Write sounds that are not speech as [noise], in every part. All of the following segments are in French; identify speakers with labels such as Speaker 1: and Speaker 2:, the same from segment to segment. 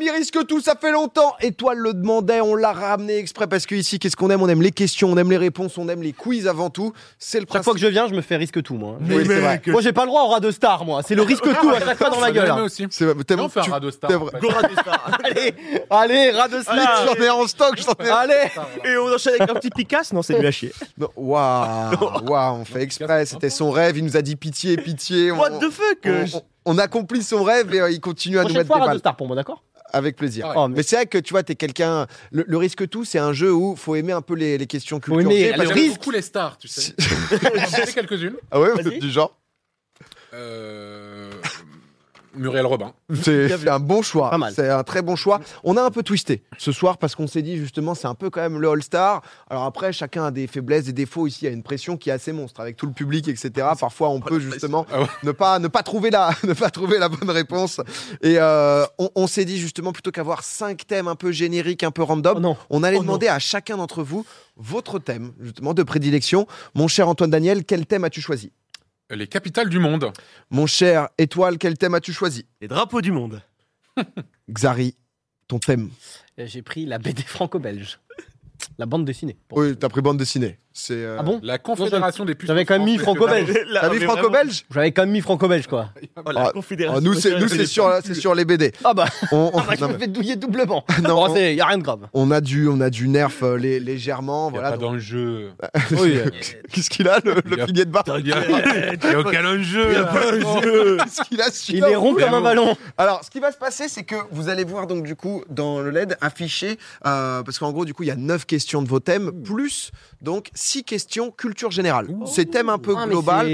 Speaker 1: Ils risquent tout, ça fait longtemps. Étoile le demandait, on l'a ramené exprès parce que ici, qu'est-ce qu'on aime On aime les questions, on aime les réponses, on aime les quiz avant tout. C'est le
Speaker 2: Chaque
Speaker 1: principe.
Speaker 2: fois que je viens, je me fais risque tout, moi.
Speaker 1: Oui, c'est vrai.
Speaker 2: Moi, j'ai pas le droit au rat de star, moi. C'est le risque tout à chaque fois dans la gueule. hein.
Speaker 3: aussi.
Speaker 1: C'est vrai, t'aimes-
Speaker 3: Viens, on fait un
Speaker 1: tu-
Speaker 3: radeau star.
Speaker 1: t'es
Speaker 3: en
Speaker 1: vrai.
Speaker 3: fait.
Speaker 2: Allez, allez, rat de
Speaker 1: Allez,
Speaker 2: star.
Speaker 1: J'en ai en stock, j'en ai.
Speaker 2: Ah, Allez,
Speaker 3: hein.
Speaker 2: et on enchaîne avec un petit Picasso. Non, c'est du à chier.
Speaker 1: Non, Waouh,
Speaker 2: [laughs]
Speaker 1: waouh, on fait exprès. C'était son rêve. Il nous a dit pitié, pitié. On,
Speaker 2: What the fuck
Speaker 1: on-
Speaker 4: euh,
Speaker 1: on- on accomplit son rêve et euh, il continue à nous
Speaker 2: Prochaine
Speaker 1: mettre
Speaker 2: fois,
Speaker 1: des
Speaker 2: rat de
Speaker 1: balles.
Speaker 2: star pour moi, d'accord
Speaker 1: Avec plaisir.
Speaker 3: Ah
Speaker 2: Oh,
Speaker 1: Mais c'est vrai que tu vois, t'es quelqu'un. Le, le risque tout, c'est un jeu où faut aimer un peu les, les questions
Speaker 2: Faut aimer
Speaker 1: culturelles.
Speaker 2: le
Speaker 3: J'aime
Speaker 2: risque.
Speaker 3: beaucoup les stars, tu sais. J'en sais quelques-unes.
Speaker 1: Ah ouais,
Speaker 2: Vas-y.
Speaker 1: du genre.
Speaker 3: Euh, Muriel Robin.
Speaker 2: [laughs]
Speaker 1: C'est
Speaker 2: Bien
Speaker 1: c'est un bon choix.
Speaker 2: Pas mal.
Speaker 1: C'est un très bon choix. On a un peu twisté ce soir parce qu'on s'est dit justement, c'est un peu quand même le All-Star. Alors après, chacun a des faiblesses, des défauts. Ici, il y a une pression qui est assez monstre avec tout le public,
Speaker 2: Ah,
Speaker 1: etc. Parfois, on peut justement
Speaker 3: Ah ouais.
Speaker 1: ne pas ne pas trouver la [laughs] ne pas trouver la bonne réponse. Et euh, on, on s'est dit justement plutôt qu'avoir cinq thèmes un peu génériques, un peu random,
Speaker 2: Oh non.
Speaker 1: on allait
Speaker 2: Oh
Speaker 1: demander à chacun d'entre vous votre thème justement de prédilection. Mon cher Antoine Daniel, quel thème as-tu choisi
Speaker 3: Les capitales du monde.
Speaker 1: Mon cher Étoile, quel thème as-tu choisi
Speaker 4: Les drapeaux du [laughs] monde.
Speaker 1: Xari, ton thème.
Speaker 2: Euh, J'ai pris la BD franco-belge. La bande dessinée. Pour-
Speaker 1: Oui, t'as pris bande dessinée. C'est. Oh, euh,
Speaker 2: Ah bon Ah,
Speaker 3: La confédération des puces.
Speaker 2: J'avais quand même mis franco-belge.
Speaker 1: T'as vu franco-belge
Speaker 2: J'avais quand même mis franco-belge, quoi.
Speaker 1: Ah, Ah, Nous, c'est nous, c'est sur, c'est sur les BD.
Speaker 2: Ah bah,
Speaker 1: On, on-
Speaker 2: ah bah, je
Speaker 1: non,
Speaker 2: me
Speaker 1: mais
Speaker 2: fais douiller doublement.
Speaker 1: [laughs] Non,
Speaker 2: Non, il y a rien de grave.
Speaker 1: on a du, on a du nerf euh, lé- légèrement.
Speaker 3: Il n'y a
Speaker 1: Voilà.
Speaker 3: pas
Speaker 1: donc- euh,
Speaker 3: d'enjeu.
Speaker 1: [laughs]
Speaker 2: Oui.
Speaker 1: Qu'est-ce qu'il a, le,
Speaker 3: Il y
Speaker 1: le
Speaker 3: a-
Speaker 1: pilier de barre
Speaker 3: Il n'y a aucun enjeu.
Speaker 4: [laughs]
Speaker 1: Qu'est-ce qu'il a
Speaker 2: Il
Speaker 1: celui-là
Speaker 2: est rond comme un ballon.
Speaker 1: Alors, ce qui va se passer, c'est que vous allez voir donc du coup dans le LED affiché, euh, parce qu'en gros du coup il y a 9 questions de vos thèmes plus donc 6 questions culture générale. C'est thème un peu
Speaker 2: Ah,
Speaker 1: global.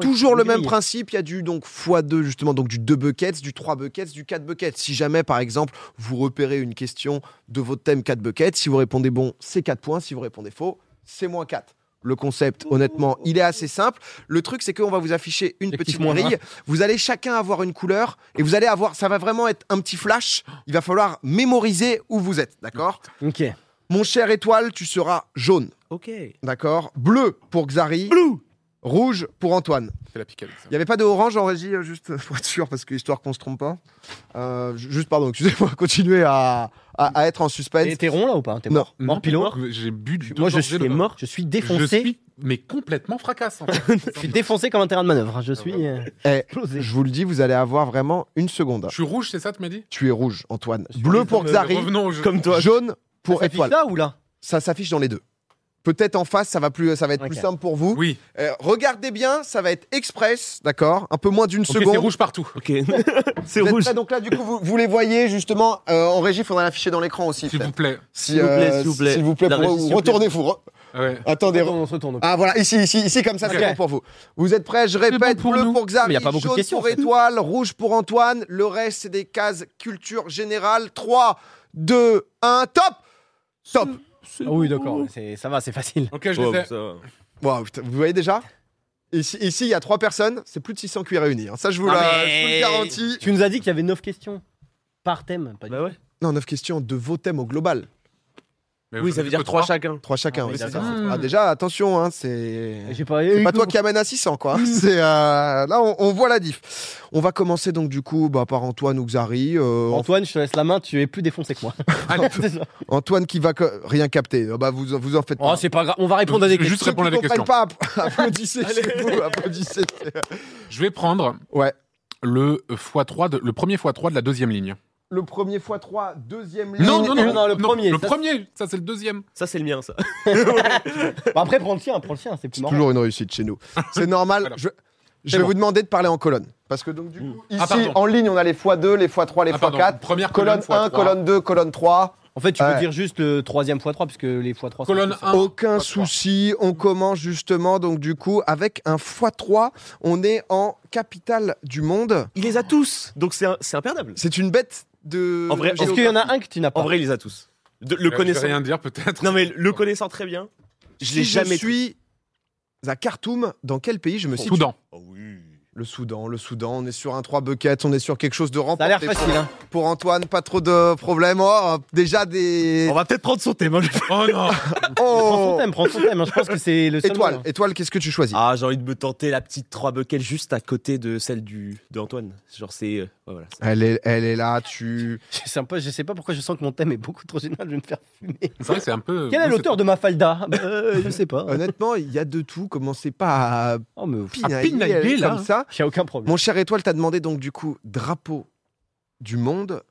Speaker 1: Toujours le même principe, il y a du donc x2 justement, donc du 2 buckets, du 3 buckets, du 4 buckets. Si jamais par exemple vous repérez une question de votre thème 4 buckets, si vous répondez bon, c'est 4 points, si vous répondez faux, c'est moins 4. Le concept, honnêtement, il est assez simple. Le truc, c'est qu'on va vous afficher une
Speaker 2: Objectif
Speaker 1: petite
Speaker 2: moins
Speaker 1: grille. Vous allez chacun avoir une couleur et vous allez avoir, ça va vraiment être un petit flash. Il va falloir mémoriser où vous êtes, d'accord
Speaker 2: Ok.
Speaker 1: Mon cher étoile, tu seras jaune,
Speaker 4: Ok.
Speaker 1: d'accord Bleu pour Xari. Rouge pour Antoine.
Speaker 3: C'est la piquette. ça.
Speaker 1: Il n'y avait pas de orange en régie, euh, [laughs] juste pour être sûr, parce que histoire qu'on se trompe pas. Euh, ju- juste, pardon, excusez-moi, [laughs] continuez à, à, à être en
Speaker 2: Et
Speaker 1: suspense.
Speaker 2: T'es rond là ou pas T'es
Speaker 1: Non.
Speaker 2: mort Mort pilot
Speaker 3: J'ai bu du
Speaker 2: Moi, je
Speaker 3: Dr. Zeno.
Speaker 2: suis mort. Je suis
Speaker 3: Je
Speaker 2: défoncé.
Speaker 3: suis, mais complètement fracasse. en fait.
Speaker 2: [laughs] Je suis défoncé comme un terrain de manœuvre. Je suis euh,
Speaker 1: Eh,
Speaker 2: explosé.
Speaker 1: je vous le dis, vous allez avoir vraiment une seconde.
Speaker 3: Je suis rouge, c'est ça, tu m'as dit
Speaker 1: Tu es rouge, Antoine.
Speaker 2: Je suis
Speaker 1: Bleu
Speaker 2: désolé,
Speaker 1: pour
Speaker 3: Euh,
Speaker 1: Xari,
Speaker 3: Revenons au jeu.
Speaker 4: Comme toi.
Speaker 1: jaune pour
Speaker 2: Ça s'affiche
Speaker 1: Étoile.
Speaker 2: là ou là
Speaker 1: Ça s'affiche dans les deux. Peut-être en face, ça va, plus, euh, ça va être plus
Speaker 2: Ok.
Speaker 1: simple pour vous.
Speaker 3: Oui.
Speaker 1: Euh, regardez bien, ça va être express, d'accord Un peu moins d'une
Speaker 3: Ok,
Speaker 1: seconde.
Speaker 3: c'est rouge partout.
Speaker 4: Ok. c'est
Speaker 1: [laughs] Vous êtes
Speaker 4: rouge.
Speaker 1: prêts donc là, du coup, vous, vous les voyez justement euh, en régie, il faudra l'afficher dans l'écran aussi.
Speaker 3: S'il
Speaker 1: peut-être.
Speaker 3: vous plaît.
Speaker 1: Si,
Speaker 4: S'il vous plaît,
Speaker 1: euh,
Speaker 4: s'il vous plaît.
Speaker 1: S'il vous plaît,
Speaker 4: La
Speaker 1: pour-
Speaker 4: régie, s'il vous plaît.
Speaker 1: retournez-vous. re-
Speaker 3: Ouais.
Speaker 1: Attendez,
Speaker 2: Attends, On se retourne.
Speaker 1: Ah voilà, ici, ici, ici, comme ça, c'est
Speaker 2: Ok.
Speaker 1: bon pour vous. Vous êtes prêts Je répète,
Speaker 2: bon pour
Speaker 1: bleu
Speaker 2: nous.
Speaker 1: pour Xavier,
Speaker 2: Mais y a pas beaucoup de
Speaker 1: jaune
Speaker 2: questions,
Speaker 1: pour
Speaker 2: en fait.
Speaker 1: Étoile, rouge pour Antoine. Le reste, c'est des cases culture générale. 3, 2, 1, top Top
Speaker 2: Ah oui, d'accord. c'est- Ça va, c'est facile.
Speaker 3: Ok, je
Speaker 4: Oh,
Speaker 3: les ai.
Speaker 4: ça va.
Speaker 1: Wow, putain, Vous voyez déjà Ici, ici, il y a trois personnes, c'est plus de 600 cuits réunis. hein. Ça, je vous,
Speaker 2: Ah,
Speaker 1: la,
Speaker 2: mais-
Speaker 1: je vous le garantis.
Speaker 2: Tu nous as dit qu'il y avait 9 questions par thème. Pas du-
Speaker 4: Bah ouais.
Speaker 1: Non, 9 questions de vos thèmes au global.
Speaker 3: Mais
Speaker 4: Oui,
Speaker 3: vous
Speaker 4: ça
Speaker 3: en
Speaker 4: veut
Speaker 3: êtes que
Speaker 4: dire trois
Speaker 3: trois.
Speaker 4: chacun.
Speaker 1: Trois chacun.
Speaker 2: Ah oui,
Speaker 1: oui, c'est
Speaker 2: d'accord.
Speaker 1: ça.
Speaker 3: Hmm.
Speaker 1: Ah, déjà, attention, hein, c'est...
Speaker 2: J'ai pas.
Speaker 1: C'est pas toi qui amène à 600, quoi. hein. [laughs] C'est euh, là, on, on voit la diff. On va commencer donc du coup bah, par Antoine ou Xari. euh,
Speaker 2: Antoine, je te laisse la main. Tu es plus défoncé que moi.
Speaker 3: Allez.
Speaker 1: Antoine qui va co- rien capter. Ah bah vous vous en faites
Speaker 2: Oh,
Speaker 1: pas.
Speaker 2: c'est pas grave. On va répondre à des
Speaker 3: Juste
Speaker 2: questions.
Speaker 1: Ceux qui
Speaker 3: répondre à des
Speaker 1: comprennent
Speaker 3: questions.
Speaker 1: pas, app- [laughs] applaudissez chez vous, applaudissez.
Speaker 3: Je vais prendre
Speaker 1: Ouais.
Speaker 3: le x3 de- le premier x3 de la deuxième ligne.
Speaker 1: Le premier fois 3 deuxième ligne.
Speaker 3: Non, non, non,
Speaker 2: non, le premier,
Speaker 3: Le
Speaker 2: ça,
Speaker 3: premier, ça c'est le deuxième.
Speaker 4: Ça, c'est le mien, ça.
Speaker 2: Bah après, prends le tien. Prends le tien. C'est plus
Speaker 1: C'est
Speaker 2: marrant.
Speaker 1: toujours une réussite chez nous. C'est normal.
Speaker 3: [laughs] Voilà.
Speaker 1: Je, je
Speaker 2: C'est
Speaker 1: vais
Speaker 2: bon.
Speaker 1: vous demander de parler en colonne. Parce que donc du coup,
Speaker 3: Ah,
Speaker 1: ici,
Speaker 3: pardon.
Speaker 1: en ligne, on a les fois 2 les fois 3 les
Speaker 3: Ah,
Speaker 1: fois
Speaker 3: pardon.
Speaker 1: 4
Speaker 3: Première
Speaker 1: Colonne
Speaker 3: colonne, fois
Speaker 1: 1,
Speaker 3: trois.
Speaker 1: colonne 2, colonne 3.
Speaker 2: En fait, tu
Speaker 1: Ouais.
Speaker 2: peux dire juste le troisième fois 3 puisque les fois 3
Speaker 3: Colonne 1.
Speaker 1: Aucun
Speaker 3: fois trois.
Speaker 1: souci, on commence justement donc du coup avec un x3, on est en capitale du monde.
Speaker 4: [laughs] Il les a tous. Donc, c'est un- c'est imperdable.
Speaker 1: C'est une bête de
Speaker 4: En vrai,
Speaker 1: de
Speaker 2: Est-ce
Speaker 1: géo-
Speaker 2: qu'il y en a un que tu n'as pas
Speaker 4: En vrai, il les a tous. De-
Speaker 3: Euh,
Speaker 4: le
Speaker 3: Je vais
Speaker 4: connaissant.
Speaker 3: rien dire peut-être.
Speaker 4: Non, mais le connaissant très bien. Je l'ai
Speaker 1: si
Speaker 4: jamais.
Speaker 1: je suis à Khartoum, dans quel pays je me situe
Speaker 3: Soudan.
Speaker 4: Oh oui.
Speaker 1: Le Soudan, le Soudan, on est sur un 3 bucket, on est sur quelque chose de
Speaker 2: Ça a l'air
Speaker 1: remporté.
Speaker 2: facile, hein.
Speaker 1: Pour, pour Antoine, pas trop de problèmes. Oh, déjà des.
Speaker 5: On va peut-être prendre son thème. hein, je-
Speaker 3: Oh non
Speaker 2: Prends son
Speaker 1: Oh
Speaker 2: thème, prends son thème. hein, Je pense que c'est le hein. seul.
Speaker 1: Étoile,
Speaker 2: moment.
Speaker 1: étoile, qu'est-ce que tu choisis
Speaker 5: Ah, j'ai envie de me tenter la petite 3 buckets juste à côté de celle du, de Antoine. Genre, c'est. euh, ouais, voilà.
Speaker 1: elle est, elle est là,
Speaker 2: [laughs]
Speaker 1: tu.
Speaker 2: C'est sympa, je sais pas pourquoi je sens que mon thème est beaucoup trop génial, je vais me faire fumer.
Speaker 3: [laughs] C'est vrai que c'est un peu.
Speaker 2: Quel est
Speaker 3: Euh, oui,
Speaker 2: l'auteur de Mafalda euh, Je sais pas.
Speaker 1: Honnêtement, il y a de tout. Commencez pas à
Speaker 2: Oh, mais au f-
Speaker 1: pinailler,
Speaker 3: pinailler, là,
Speaker 1: comme
Speaker 3: hein.
Speaker 1: ça.
Speaker 2: y a aucun problème.
Speaker 1: Mon cher Étoile, t'as demandé donc du coup drapeau du monde.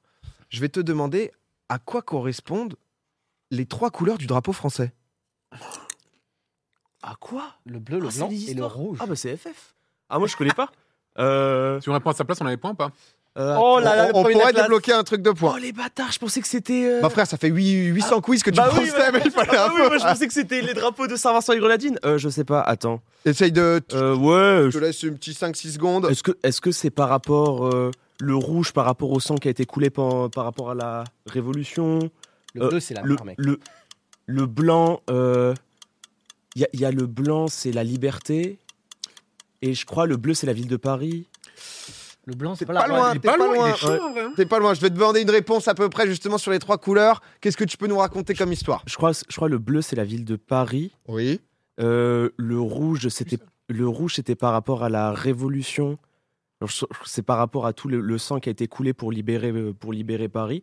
Speaker 1: Je vais te demander à quoi correspondent les trois couleurs du drapeau français.
Speaker 5: Ah, quoi
Speaker 2: Le bleu, le
Speaker 5: Ah, c'est
Speaker 2: blanc
Speaker 5: des
Speaker 2: et le
Speaker 5: histoires.
Speaker 2: rouge.
Speaker 5: Ah, bah, c'est FF. Ah, moi, je connais [laughs] pas. Euh,
Speaker 3: c'est- Si on répond à sa place, on a les points ou pas
Speaker 5: euh,
Speaker 2: Oh là là, le
Speaker 1: on on
Speaker 2: premier de la
Speaker 1: pourrait
Speaker 2: classe.
Speaker 1: débloquer un truc de
Speaker 5: Oh,
Speaker 1: points.
Speaker 5: les bâtards, je pensais que c'était. euh,
Speaker 1: Bah frère, ça fait huit- 800 quiz que tu
Speaker 5: bah
Speaker 1: prends
Speaker 5: oui,
Speaker 1: ce
Speaker 5: bah-
Speaker 1: thème, il fallait
Speaker 5: Ah
Speaker 1: un
Speaker 5: oui,
Speaker 1: peu.
Speaker 5: moi, je pensais que c'était les drapeaux de Saint-Vincent et Grenadine. Euh, je sais pas, attends.
Speaker 1: Essaye de... Je
Speaker 5: Euh, ouais,
Speaker 1: te
Speaker 5: je-
Speaker 1: laisse un petit 5-6 secondes.
Speaker 5: est-ce que est-ce que c'est par rapport. euh, le rouge par rapport au sang qui a été coulé par, par rapport à la Révolution
Speaker 2: euh, Le bleu, c'est la
Speaker 5: le,
Speaker 2: mer, Ah, mec.
Speaker 5: le, le blanc, il y, a- y a le blanc, c'est la liberté. Et je crois le bleu, c'est la ville de Paris.
Speaker 2: Le blanc,
Speaker 1: T'es
Speaker 2: c'est pas la
Speaker 1: pas loin,
Speaker 2: mer.
Speaker 1: t'es pas
Speaker 3: il
Speaker 1: loin.
Speaker 3: est chaud, en vrai, hein.
Speaker 1: T'es pas loin, je vais te demander une réponse à peu près justement sur les trois couleurs. Qu'est-ce que tu peux nous raconter comme histoire
Speaker 5: Je crois, je crois le bleu, c'est la ville de Paris.
Speaker 1: Oui.
Speaker 5: Euh, le rouge, c'était le rouge, c'était par rapport à la Révolution. Alors, je- je- C'est par rapport à tout le, le sang qui a été coulé pour libérer, euh, pour libérer Paris.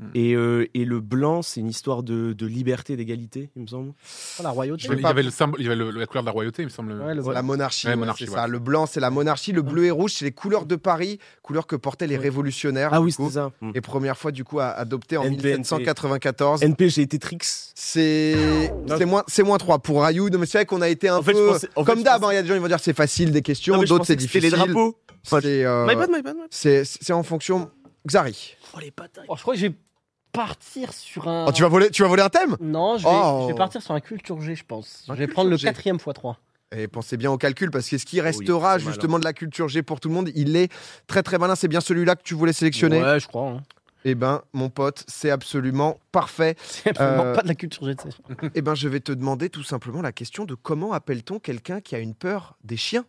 Speaker 3: Hmm.
Speaker 5: Et, euh, et le blanc, c'est une histoire de, de liberté, d'égalité, il me semble.
Speaker 2: C'est pas la royauté.
Speaker 3: Je vais-
Speaker 1: vais
Speaker 3: Il y
Speaker 1: pas-
Speaker 3: avait, le symbole, il y avait le- la couleur de la royauté, il me semble.
Speaker 2: Ouais, le-
Speaker 1: La monarchie,
Speaker 3: Ouais,
Speaker 1: ouais,
Speaker 3: monarchie,
Speaker 1: c'est
Speaker 3: ouais.
Speaker 1: ça. Le blanc, c'est la monarchie. Le bleu et rouge, c'est les couleurs de Paris, couleurs que portaient les
Speaker 2: Ouais.
Speaker 1: révolutionnaires.
Speaker 5: Ah
Speaker 1: du
Speaker 5: oui,
Speaker 1: coup.
Speaker 5: c'est ça. Hmm.
Speaker 1: Et première fois, du coup, a- adoptée en
Speaker 5: NPNP.
Speaker 1: 1794.
Speaker 5: NP, j'ai été tricks.
Speaker 1: C'est c'est moins, c'est moins 3 pour Rayoud, mais c'est vrai qu'on a été un
Speaker 5: En fait, je
Speaker 1: peu.
Speaker 5: pensais- en fait,
Speaker 1: Comme
Speaker 5: je
Speaker 1: d'hab,
Speaker 5: pensais-
Speaker 1: hein, il y a des gens qui vont dire c'est facile des questions,
Speaker 5: Non, Ah, mais je
Speaker 1: d'autres
Speaker 5: pensais
Speaker 1: c'est
Speaker 5: que c'était
Speaker 1: difficile.
Speaker 5: les drapeaux. Enfin,
Speaker 1: C'est euh,
Speaker 5: My bad, my bad, my bad.
Speaker 1: c'est- c'est en fonction. Xari.
Speaker 5: Oh, les batailles.
Speaker 2: Oh, je crois que je vais partir sur un.
Speaker 1: Oh, tu, vas voler, tu vas voler un thème
Speaker 2: Non, je vais,
Speaker 1: Oh.
Speaker 2: je vais partir sur un culture G, je pense.
Speaker 1: Un
Speaker 2: je vais prendre le
Speaker 1: culture G.
Speaker 2: quatrième x 3.
Speaker 1: Et pensez bien au calcul, parce que ce qui restera
Speaker 5: Oui, c'est malin.
Speaker 1: justement de la culture G pour tout le monde, il est très très malin. C'est bien celui-là que tu voulais sélectionner.
Speaker 2: Ouais, je crois. hein. [laughs]
Speaker 1: Eh ben, mon pote, c'est absolument
Speaker 5: [laughs]
Speaker 1: parfait.
Speaker 2: C'est absolument
Speaker 1: Euh,
Speaker 2: pas de la culture G de cette-
Speaker 1: eh ben, je vais te demander tout simplement la question de comment appelle-t-on quelqu'un qui a une peur des chiens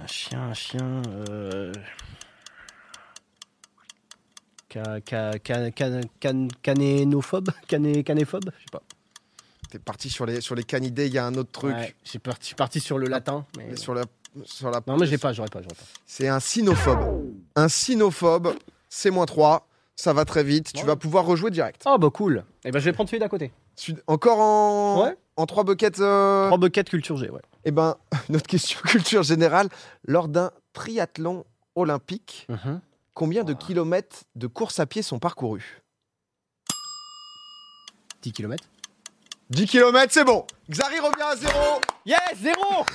Speaker 2: Un chien, un chien. Euh... ca- ca- ca- ca- can- [laughs] Canénophobe Cané- Canéphobe Je sais pas.
Speaker 1: T'es parti sur les, sur les canidés, il y a un autre truc. Ah.
Speaker 2: Ouais, j'ai parti- je suis parti sur le latin. mais-
Speaker 1: Sur la, sur la
Speaker 2: Non, mais j'ai pas, j'aurais pas, j'aurais pas.
Speaker 1: C'est un cynophobe. Un cynophobe, c'est moins 3. Ça va très vite. Tu
Speaker 2: Ouais.
Speaker 1: vas pouvoir rejouer direct.
Speaker 2: Oh, bah cool. Et ben, je vais prendre celui d'à côté.
Speaker 1: Tu- Encore en,
Speaker 2: Ouais.
Speaker 1: en 3 buckets. euh,
Speaker 2: Trois buckets culture G, ouais.
Speaker 1: Eh ben, [laughs] notre question culture générale. Lors d'un triathlon olympique, combien de
Speaker 2: Ouah.
Speaker 1: kilomètres de course à pied sont parcourus
Speaker 2: 10 km.
Speaker 1: 10 kilomètres, c'est bon. Xari revient à zéro.
Speaker 2: Yes, zéro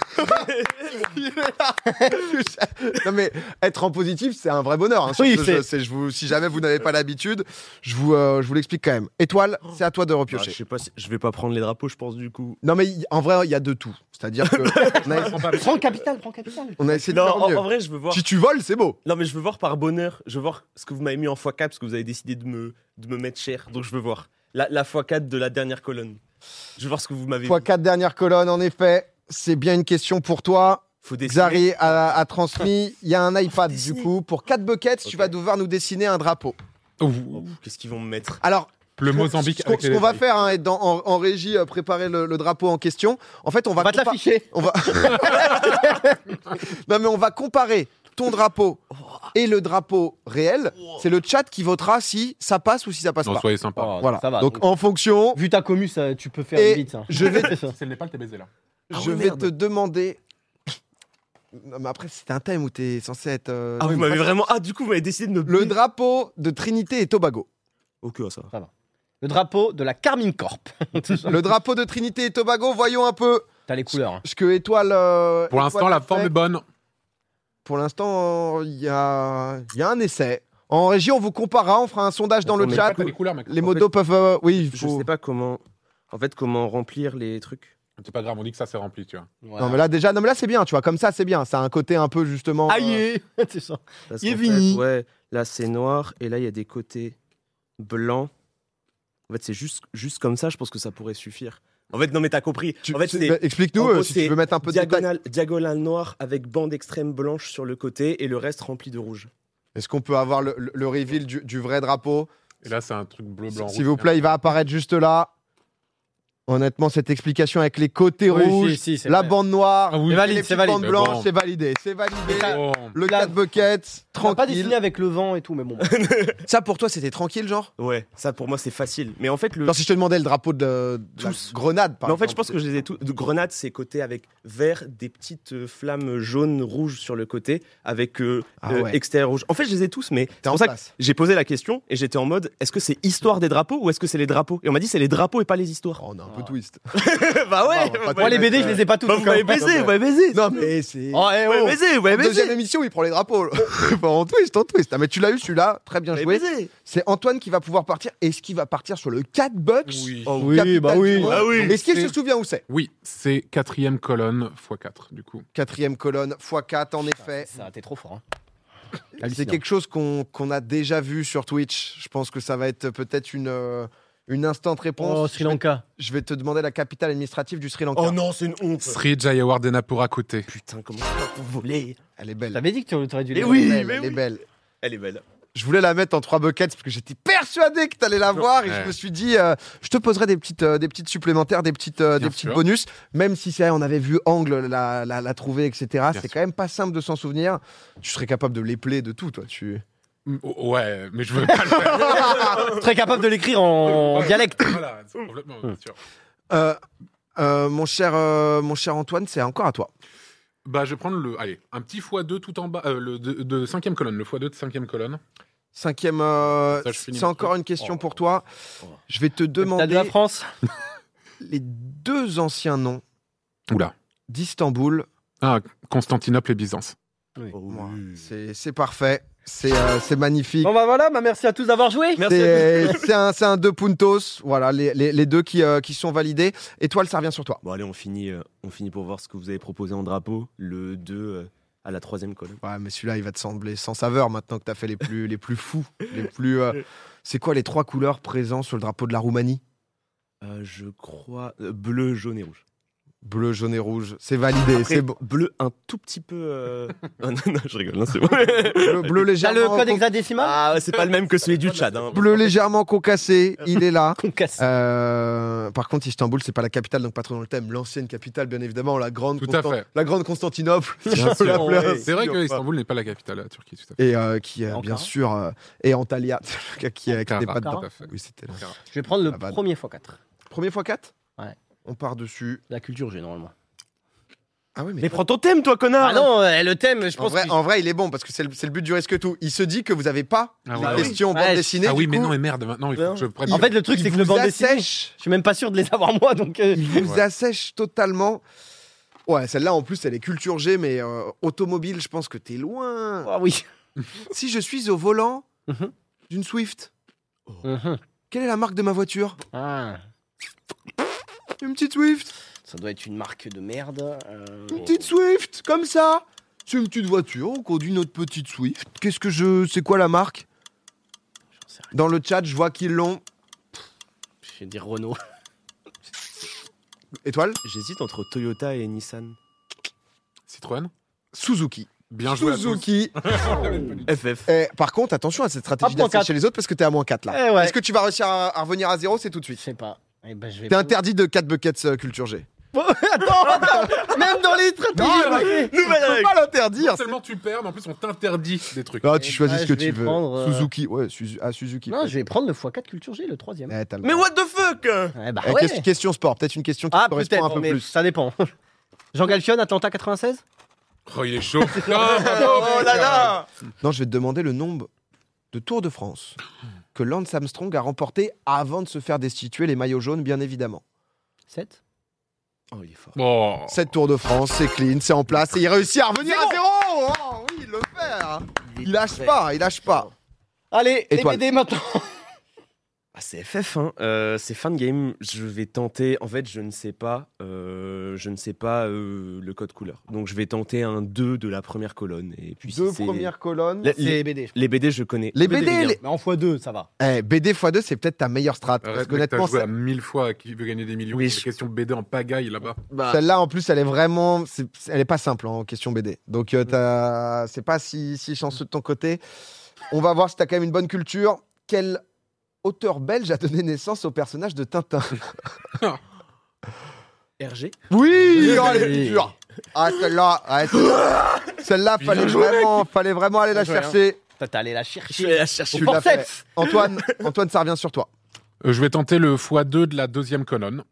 Speaker 1: Il est là. [laughs] non mais être en positif, c'est un vrai bonheur. hein, sur
Speaker 2: Oui,
Speaker 1: ce
Speaker 2: c'est-
Speaker 1: jeu. C'est- je vous, si jamais vous n'avez pas l'habitude, je vous, euh, je vous l'explique quand même. Étoile, c'est à toi de
Speaker 5: Ah,
Speaker 1: repiocher.
Speaker 5: je sais pas, si- je vais pas prendre les drapeaux, je pense du coup.
Speaker 1: Non mais il- en vrai, il y a de tout. C'est-à-dire
Speaker 5: [laughs]
Speaker 1: que on
Speaker 5: Ah
Speaker 1: a,
Speaker 5: bah,
Speaker 2: Prends le capital, prends le capital.
Speaker 1: on a essayé de
Speaker 5: Non,
Speaker 1: faire au
Speaker 5: en,
Speaker 1: mieux.
Speaker 5: en vrai, je veux voir.
Speaker 1: Si tu voles, c'est beau.
Speaker 5: Non, mais je veux voir par bonheur. Je veux voir ce que vous m'avez mis en x4 parce que vous avez décidé de me, de me mettre cher. Donc je veux voir la, la x4 de la dernière colonne. Je veux voir ce que vous m'avez.
Speaker 1: Fois quatre dernières colonnes, en effet. C'est bien une question pour toi.
Speaker 5: Faut dessiner.
Speaker 1: Xari a, a transmis. Il y a un iPad du
Speaker 5: dessiner.
Speaker 1: coup. Pour quatre buckets, tu
Speaker 5: Ok.
Speaker 1: vas devoir nous dessiner un drapeau.
Speaker 3: Ouh,
Speaker 5: Qu'est-ce qu'ils vont me mettre
Speaker 1: Alors,
Speaker 3: Le Mozambique.
Speaker 1: ce qu'on
Speaker 3: avec
Speaker 1: ce
Speaker 3: les-
Speaker 1: qu'on va faire, hein, est dans- en, en régie, euh, préparer le, le drapeau en question. En fait, on va,
Speaker 2: On va te
Speaker 1: compa-
Speaker 2: l'afficher.
Speaker 1: On va... non, Bah, mais on va comparer ton drapeau et le drapeau réel. C'est le chat qui votera si ça passe ou si ça passe
Speaker 3: Non,
Speaker 1: pas.
Speaker 3: soyez sympa.
Speaker 2: Oh,
Speaker 1: Voilà.
Speaker 2: Ça va.
Speaker 1: Donc, en fonction,
Speaker 3: Ah
Speaker 2: Vu ta commu, ça, tu peux faire
Speaker 1: Et
Speaker 2: vite. hein.
Speaker 1: je vais-
Speaker 2: [laughs] C'est ça.
Speaker 3: C'est le Népal, t'es baisé là.
Speaker 5: Ah
Speaker 1: je
Speaker 5: oui,
Speaker 1: vais
Speaker 5: merde.
Speaker 1: te demander. [coughs] Non, mais après, c'était un thème où t'es censé être. euh,
Speaker 5: Ah, vous m'avez vraiment. Ah, du coup, vous m'avez décidé de me.
Speaker 1: Le drapeau de Trinité et
Speaker 3: [laughs]
Speaker 1: Tobago.
Speaker 5: Ok, ça va.
Speaker 2: Le drapeau de la Carmine Corp.
Speaker 1: Le drapeau de Trinité et Tobago, voyons un peu
Speaker 2: T'as les couleurs. hein.
Speaker 1: ce que Étoile. euh,
Speaker 3: Pour
Speaker 1: Étoile
Speaker 3: l'instant,
Speaker 1: a
Speaker 3: la
Speaker 1: fait.
Speaker 3: forme est bonne.
Speaker 1: Pour l'instant, il y a... il y a un essai. En régie, on vous comparera, on fera un sondage dans
Speaker 3: On
Speaker 1: le
Speaker 3: met
Speaker 1: chat.
Speaker 3: pas les couleurs, mec.
Speaker 1: Les modos peuvent. euh, oui, il
Speaker 5: Je
Speaker 1: faut-
Speaker 5: sais pas comment. En fait, comment remplir les trucs.
Speaker 3: C'est pas grave, on dit que ça c'est rempli, tu vois.
Speaker 2: Voilà.
Speaker 1: Non mais là déjà, non mais là c'est bien, tu vois, comme ça c'est bien, ça a un côté un peu justement. euh,
Speaker 2: Aïe [laughs] C'est ça.
Speaker 5: Parce
Speaker 2: Il est
Speaker 5: qu'en fait,
Speaker 2: fini.
Speaker 5: ouais, là c'est noir et là il y a des côtés blancs. En fait, c'est juste, juste comme ça, je pense que ça pourrait suffire. En fait, non, mais t'as compris.
Speaker 1: Tu-
Speaker 5: en fait,
Speaker 1: tu-
Speaker 5: c'est-
Speaker 1: bah, Explique-nous
Speaker 5: en gros,
Speaker 1: euh, si tu
Speaker 5: c'est
Speaker 1: veux mettre un peu de détail.
Speaker 5: diagonale, diagonale noire avec bande extrême blanche sur le côté et le reste rempli de rouge.
Speaker 1: Est-ce qu'on peut avoir le, le- le reveal du, du vrai drapeau
Speaker 3: Et là, c'est un truc bleu, blanc,
Speaker 1: S'il
Speaker 3: rouge.
Speaker 1: vous plaît, il va apparaître juste là. Honnêtement, cette explication avec les côtés
Speaker 2: Oui,
Speaker 1: rouges,
Speaker 2: si, si, c'est
Speaker 1: la
Speaker 2: vrai.
Speaker 1: bande noire,
Speaker 3: Ah oui.
Speaker 1: et
Speaker 2: C'est valide,
Speaker 1: les
Speaker 2: c'est
Speaker 1: petites
Speaker 2: valide.
Speaker 1: bandes
Speaker 3: Mais
Speaker 1: blanches,
Speaker 3: bon.
Speaker 1: c'est validé, c'est validé.
Speaker 3: Oh.
Speaker 1: Le
Speaker 2: La-
Speaker 1: 4 bucket,
Speaker 2: On a pas
Speaker 1: tranquille.
Speaker 2: dessiné avec le vent et tout, mais bon.
Speaker 1: Ça pour toi, c'était tranquille, genre
Speaker 5: Ouais, ça pour moi c'est facile. Mais en fait, le.
Speaker 1: Genre si je te demandais le drapeau de, de la
Speaker 5: Tous.
Speaker 1: Grenade, par
Speaker 5: Mais en fait, je
Speaker 1: exemple.
Speaker 5: pense que je les ai tous. De grenade, c'est côté avec vert, des petites euh, flammes jaunes, rouges sur le côté, avec euh,
Speaker 1: Ah
Speaker 5: euh,
Speaker 1: ouais.
Speaker 5: extérieur rouge. En fait, je les ai tous, mais
Speaker 1: T'es
Speaker 5: c'est
Speaker 1: en
Speaker 5: pour ça que
Speaker 1: place.
Speaker 5: j'ai posé la question et j'étais en mode est-ce que c'est histoire des drapeaux ou est-ce que c'est les drapeaux Et on m'a dit c'est les drapeaux et pas les histoires.
Speaker 1: Oh, on a un
Speaker 2: Ah.
Speaker 1: peu twist.
Speaker 5: [laughs] bah
Speaker 1: ouais,
Speaker 5: ouais
Speaker 1: bah
Speaker 2: Moi, les BD, je les ai pas tous. Ah,
Speaker 5: Bah, vous m'avez baisé, vous m'avez baisé
Speaker 1: Non mais c'est.
Speaker 2: Oh, eh
Speaker 5: Vous m'avez
Speaker 2: oh
Speaker 5: baisé, vous m'avez
Speaker 1: Deuxième
Speaker 5: baisé
Speaker 1: émission, il prend les drapeaux. [laughs] Enfin, on twist, on twist. Ah, mais tu l'as eu celui-là, très bien
Speaker 5: Vous m'avez
Speaker 1: joué.
Speaker 5: baisé.
Speaker 1: C'est Antoine qui va pouvoir partir. Est-ce qu'il va partir sur le 4 bucks
Speaker 3: Oui.
Speaker 5: Oh,
Speaker 1: oui, Capital bah oui. du monde.
Speaker 5: Ah oui.
Speaker 1: Est-ce qu'il se
Speaker 3: C'est-
Speaker 1: souvient où c'est
Speaker 3: Oui, c'est quatrième colonne x4, du coup.
Speaker 1: Quatrième colonne, x4 en effet.
Speaker 2: Ça, t'es trop fort. hein.
Speaker 1: Ah, C'est
Speaker 2: Hallucinant.
Speaker 1: quelque chose qu'on qu'on a déjà vu sur Twitch. Je pense que ça va être peut-être une, euh, une instante réponse.
Speaker 2: Oh, Sri
Speaker 1: Je vais-
Speaker 2: Lanka.
Speaker 1: Je vais, te demander la capitale administrative du Sri Lanka.
Speaker 5: Oh non, c'est une honte
Speaker 3: Sri Jayawardenapura côté.
Speaker 5: Putain, comment je peux vous voler
Speaker 1: Elle est belle.
Speaker 2: T'avais dit que tu aurais dû
Speaker 5: Mais
Speaker 2: le-
Speaker 5: Eh oui,
Speaker 1: Elle est belle,
Speaker 5: mais
Speaker 1: elle est
Speaker 5: oui.
Speaker 1: belle.
Speaker 5: Elle est belle.
Speaker 1: Je voulais la mettre en trois buckets parce que j'étais persuadé que t'allais la voir et
Speaker 3: Ouais.
Speaker 1: je me suis dit, euh, je te poserai des petites, euh, des petites supplémentaires, des petites, euh, des
Speaker 3: Bien
Speaker 1: petites
Speaker 3: sûr.
Speaker 1: bonus. Même si c'est, on avait vu Angle la, la, la trouver, etc. C'est
Speaker 3: sûr.
Speaker 1: quand même pas simple de s'en souvenir. Tu serais capable de les player de tout, toi. Tu.
Speaker 3: Mm, oh, Ouais, mais je veux pas [coughs] le faire.
Speaker 2: Très capable de l'écrire en dialecte.
Speaker 3: Voilà, c'est
Speaker 1: Mm.
Speaker 3: complètement bien sûr.
Speaker 1: Euh, euh, mon cher, euh, mon cher Antoine, c'est encore à toi.
Speaker 3: Bah, je vais prendre le. Allez, un petit x2 tout en bas. euh, le de, de cinquième colonne, le x2 de cinquième colonne.
Speaker 1: Cinquième, euh,
Speaker 3: Ça, je finis
Speaker 1: c'est
Speaker 3: mon
Speaker 1: encore
Speaker 3: truc.
Speaker 1: une question
Speaker 3: Oh.
Speaker 1: pour toi.
Speaker 5: Oh.
Speaker 1: Je vais te
Speaker 2: T'as de la
Speaker 1: demander
Speaker 2: France
Speaker 1: les deux anciens noms
Speaker 3: Oula.
Speaker 1: d'Istanbul.
Speaker 3: Ah, Constantinople et Byzance.
Speaker 1: Voilà. C'est c'est parfait, c'est euh, c'est magnifique.
Speaker 2: Bon bah voilà, bah merci à tous d'avoir joué.
Speaker 1: C'est c'est un, c'est un deux puntos, voilà, les, les- les deux qui, euh, qui sont validés. Étoile, ça revient sur toi.
Speaker 5: Bon allez, on finit, euh, on finit pour voir ce que vous avez proposé en drapeau, le 2 euh, à la troisième colonne.
Speaker 1: Ouais, mais celui-là, il va te sembler sans saveur maintenant que t'as fait les plus, les plus fous. les plus. euh, C'est quoi les trois couleurs présentes sur le drapeau de la Roumanie
Speaker 5: Euh, je crois euh, bleu, jaune et rouge.
Speaker 1: Bleu, jaune et rouge. C'est validé,
Speaker 5: Après,
Speaker 1: c'est bon.
Speaker 5: Bleu un tout petit peu. euh, [laughs] ah, non, non, je rigole,
Speaker 1: [laughs]
Speaker 5: non, c'est bon.
Speaker 1: Bleu, bleu
Speaker 2: T'as le
Speaker 1: légèrement,
Speaker 2: code
Speaker 1: con-
Speaker 2: hexadécimal
Speaker 5: ah, ouais, c'est pas le même que celui du Tchad. hein.
Speaker 1: bleu légèrement concassé, il est
Speaker 2: [laughs]
Speaker 1: là.
Speaker 2: Qu'on casse.
Speaker 1: Euh, par contre, Istanbul, c'est pas la capitale, donc pas trop dans le thème. L'ancienne capitale, bien évidemment, la grande,
Speaker 3: Tout à
Speaker 1: Constan-
Speaker 3: fait.
Speaker 1: la grande Constantinople. si
Speaker 3: Bien
Speaker 1: [laughs] je peux
Speaker 3: sûr.
Speaker 1: l'appeler
Speaker 5: Ouais.
Speaker 1: ainsi,
Speaker 3: C'est vrai
Speaker 1: ou
Speaker 3: que
Speaker 1: pas.
Speaker 3: Istanbul n'est pas la capitale de la Turquie, tout à fait.
Speaker 1: Et euh, qui, euh, bien
Speaker 2: Ankara.
Speaker 1: sûr, euh, et Antalya, [laughs] le gars qui, euh, qui n'est pas
Speaker 3: Ankara,
Speaker 1: dedans.
Speaker 3: tout à fait.
Speaker 1: Oui, c'était là.
Speaker 2: Je vais prendre le
Speaker 1: Ah bah.
Speaker 2: premier x 4.
Speaker 1: Premier fois 4
Speaker 2: Ouais.
Speaker 1: On part dessus.
Speaker 2: La culture G normalement.
Speaker 1: Ah oui, mais.
Speaker 5: Mais prends ton thème, toi, connard
Speaker 2: Ah non, euh, le thème, je
Speaker 1: en,
Speaker 2: pense
Speaker 1: vrai,
Speaker 2: que-
Speaker 1: en vrai, il est bon parce que c'est le, c'est le but du risque tout. Il se dit que vous avez pas
Speaker 3: Ah
Speaker 1: les
Speaker 3: ouais.
Speaker 1: questions en
Speaker 2: Ouais,
Speaker 1: bande
Speaker 2: je-
Speaker 1: dessinée.
Speaker 3: Ah oui,
Speaker 1: du
Speaker 3: mais
Speaker 1: coup,
Speaker 3: non, et merde, maintenant, il faut que je prenne.
Speaker 2: En fait, le truc,
Speaker 1: il
Speaker 2: c'est que
Speaker 1: vous
Speaker 2: le bande dessinée,
Speaker 1: assèche.
Speaker 2: je suis même pas sûr de les avoir moi, donc... euh,
Speaker 1: Il vous
Speaker 3: Ouais.
Speaker 1: assèche totalement. Ouais, celle-là en plus, elle est culture G, mais euh, automobile, je pense que t'es loin.
Speaker 2: [laughs] Ah oui.
Speaker 1: Si je suis au volant
Speaker 2: Mhm.
Speaker 1: d'une Swift,
Speaker 2: Mhm.
Speaker 1: quelle est la marque de ma voiture
Speaker 2: Ah,
Speaker 1: Une petite Swift
Speaker 2: ça doit être une marque de merde. euh,
Speaker 1: Une petite Swift Comme ça C'est une petite voiture, on conduit notre petite Swift. Qu'est-ce que je. C'est quoi la marque
Speaker 2: j'en sais rien.
Speaker 1: Dans le chat, je vois qu'ils l'ont.
Speaker 2: Je vais dire Renault.
Speaker 1: Étoile
Speaker 5: J'hésite entre Toyota et Nissan.
Speaker 3: Citroën.
Speaker 1: Suzuki.
Speaker 3: Bien joué à tous.
Speaker 1: Suzuki.
Speaker 5: FF.
Speaker 1: Eh, par contre, attention à cette stratégie
Speaker 2: Ah, moins
Speaker 1: d'assécher les autres parce que t'es à moins 4 là.
Speaker 2: Eh ouais.
Speaker 1: Est-ce que tu vas réussir à, à revenir à zéro C'est tout de
Speaker 2: Je
Speaker 1: suite.
Speaker 2: sais pas. Eh ben, je vais
Speaker 1: T'es
Speaker 2: pas-
Speaker 1: interdit de 4 buckets euh, culture G.
Speaker 2: Eh, attends, attends, [laughs] Même dans les stratégies,
Speaker 1: Non,
Speaker 2: ouais.
Speaker 1: Tu peux pas l'interdire
Speaker 3: Non seulement tu perds, mais en plus, on t'interdit des trucs.
Speaker 1: Ah, tu
Speaker 2: Eh
Speaker 1: choisis
Speaker 2: ben,
Speaker 1: ce que tu
Speaker 2: je vais
Speaker 1: veux.
Speaker 2: prendre, euh,
Speaker 1: Suzuki, ouais, Suzu- ah, Suzuki.
Speaker 2: Non, je vais prendre le x4 culture G, le troisième.
Speaker 1: Eh, t'as le
Speaker 5: Mais
Speaker 1: droit.
Speaker 5: what the fuck
Speaker 2: Eh bah
Speaker 1: Eh,
Speaker 2: ouais.
Speaker 1: question- Question sport, peut-être une question qui
Speaker 2: Ah,
Speaker 1: te correspond un
Speaker 2: peut-être,
Speaker 1: peu
Speaker 2: mais
Speaker 1: plus.
Speaker 2: ça dépend. [laughs] Jean Galfion, Atlanta 96
Speaker 3: Oh, il
Speaker 1: [laughs]
Speaker 3: est chaud. Ah, bravo,
Speaker 5: Oh là là
Speaker 1: Non, je vais te demander le nombre de Tours de France que Lance Armstrong a remporté avant de se faire destituer les maillots jaunes, bien évidemment.
Speaker 2: 7
Speaker 5: Oh, il est fort.
Speaker 3: Bon.
Speaker 1: Cette Tour de France, c'est clean, c'est en place et il réussit à revenir à zéro Oh, Oui, il le fait hein. Il lâche pas, il lâche pas.
Speaker 2: Allez,
Speaker 1: Étoile.
Speaker 2: les BD maintenant
Speaker 5: Ah, c'est FF1, euh, c'est fin de game. Je vais tenter. En fait, je ne sais pas, euh, je ne sais pas euh, le code couleur. Donc, je vais tenter un 2 de la première colonne. Et puis, si
Speaker 1: Deux
Speaker 5: c'est-
Speaker 1: premières colonnes.
Speaker 5: La- les,
Speaker 2: C'est BD.
Speaker 5: les BD, je connais.
Speaker 1: Les BD,
Speaker 5: bien.
Speaker 1: les-
Speaker 2: Mais en x2, ça va.
Speaker 1: Eh, BD x2, c'est peut-être ta meilleure strat.
Speaker 3: Arrête,
Speaker 1: parce
Speaker 3: mec, t'as
Speaker 1: qu'honnêtement,
Speaker 3: joué
Speaker 1: ça-
Speaker 3: à Euh, mille fois à qui veut gagner des millions.
Speaker 5: Oui,
Speaker 3: Oui,
Speaker 5: je-
Speaker 3: question BD en pagaille là-bas.
Speaker 1: Celle-là, en plus, elle est vraiment. c'est- Elle est pas simple hein, en question BD. Donc, euh, t'as- c'est pas si, si chanceux de ton côté. On va voir si t'as quand même une bonne culture. Quel auteur belge a donné naissance au personnage de Tintin
Speaker 5: RG.
Speaker 1: Oui
Speaker 2: oh,
Speaker 1: elle
Speaker 2: elle
Speaker 1: est
Speaker 2: est
Speaker 1: dure Ah, celle-là ouais, celle- Celle-là,
Speaker 3: Bien
Speaker 1: fallait
Speaker 3: joué,
Speaker 1: vraiment, fallait vraiment aller la
Speaker 2: Bien joué,
Speaker 1: chercher.
Speaker 2: Putain, T'es allé la
Speaker 5: Je
Speaker 2: chercher.
Speaker 5: vais
Speaker 2: [laughs]
Speaker 5: la chercher.
Speaker 1: Tu l'as fait. Antoine, Antoine, ça revient sur toi.
Speaker 3: Euh, je vais tenter le x2 de la deuxième colonne.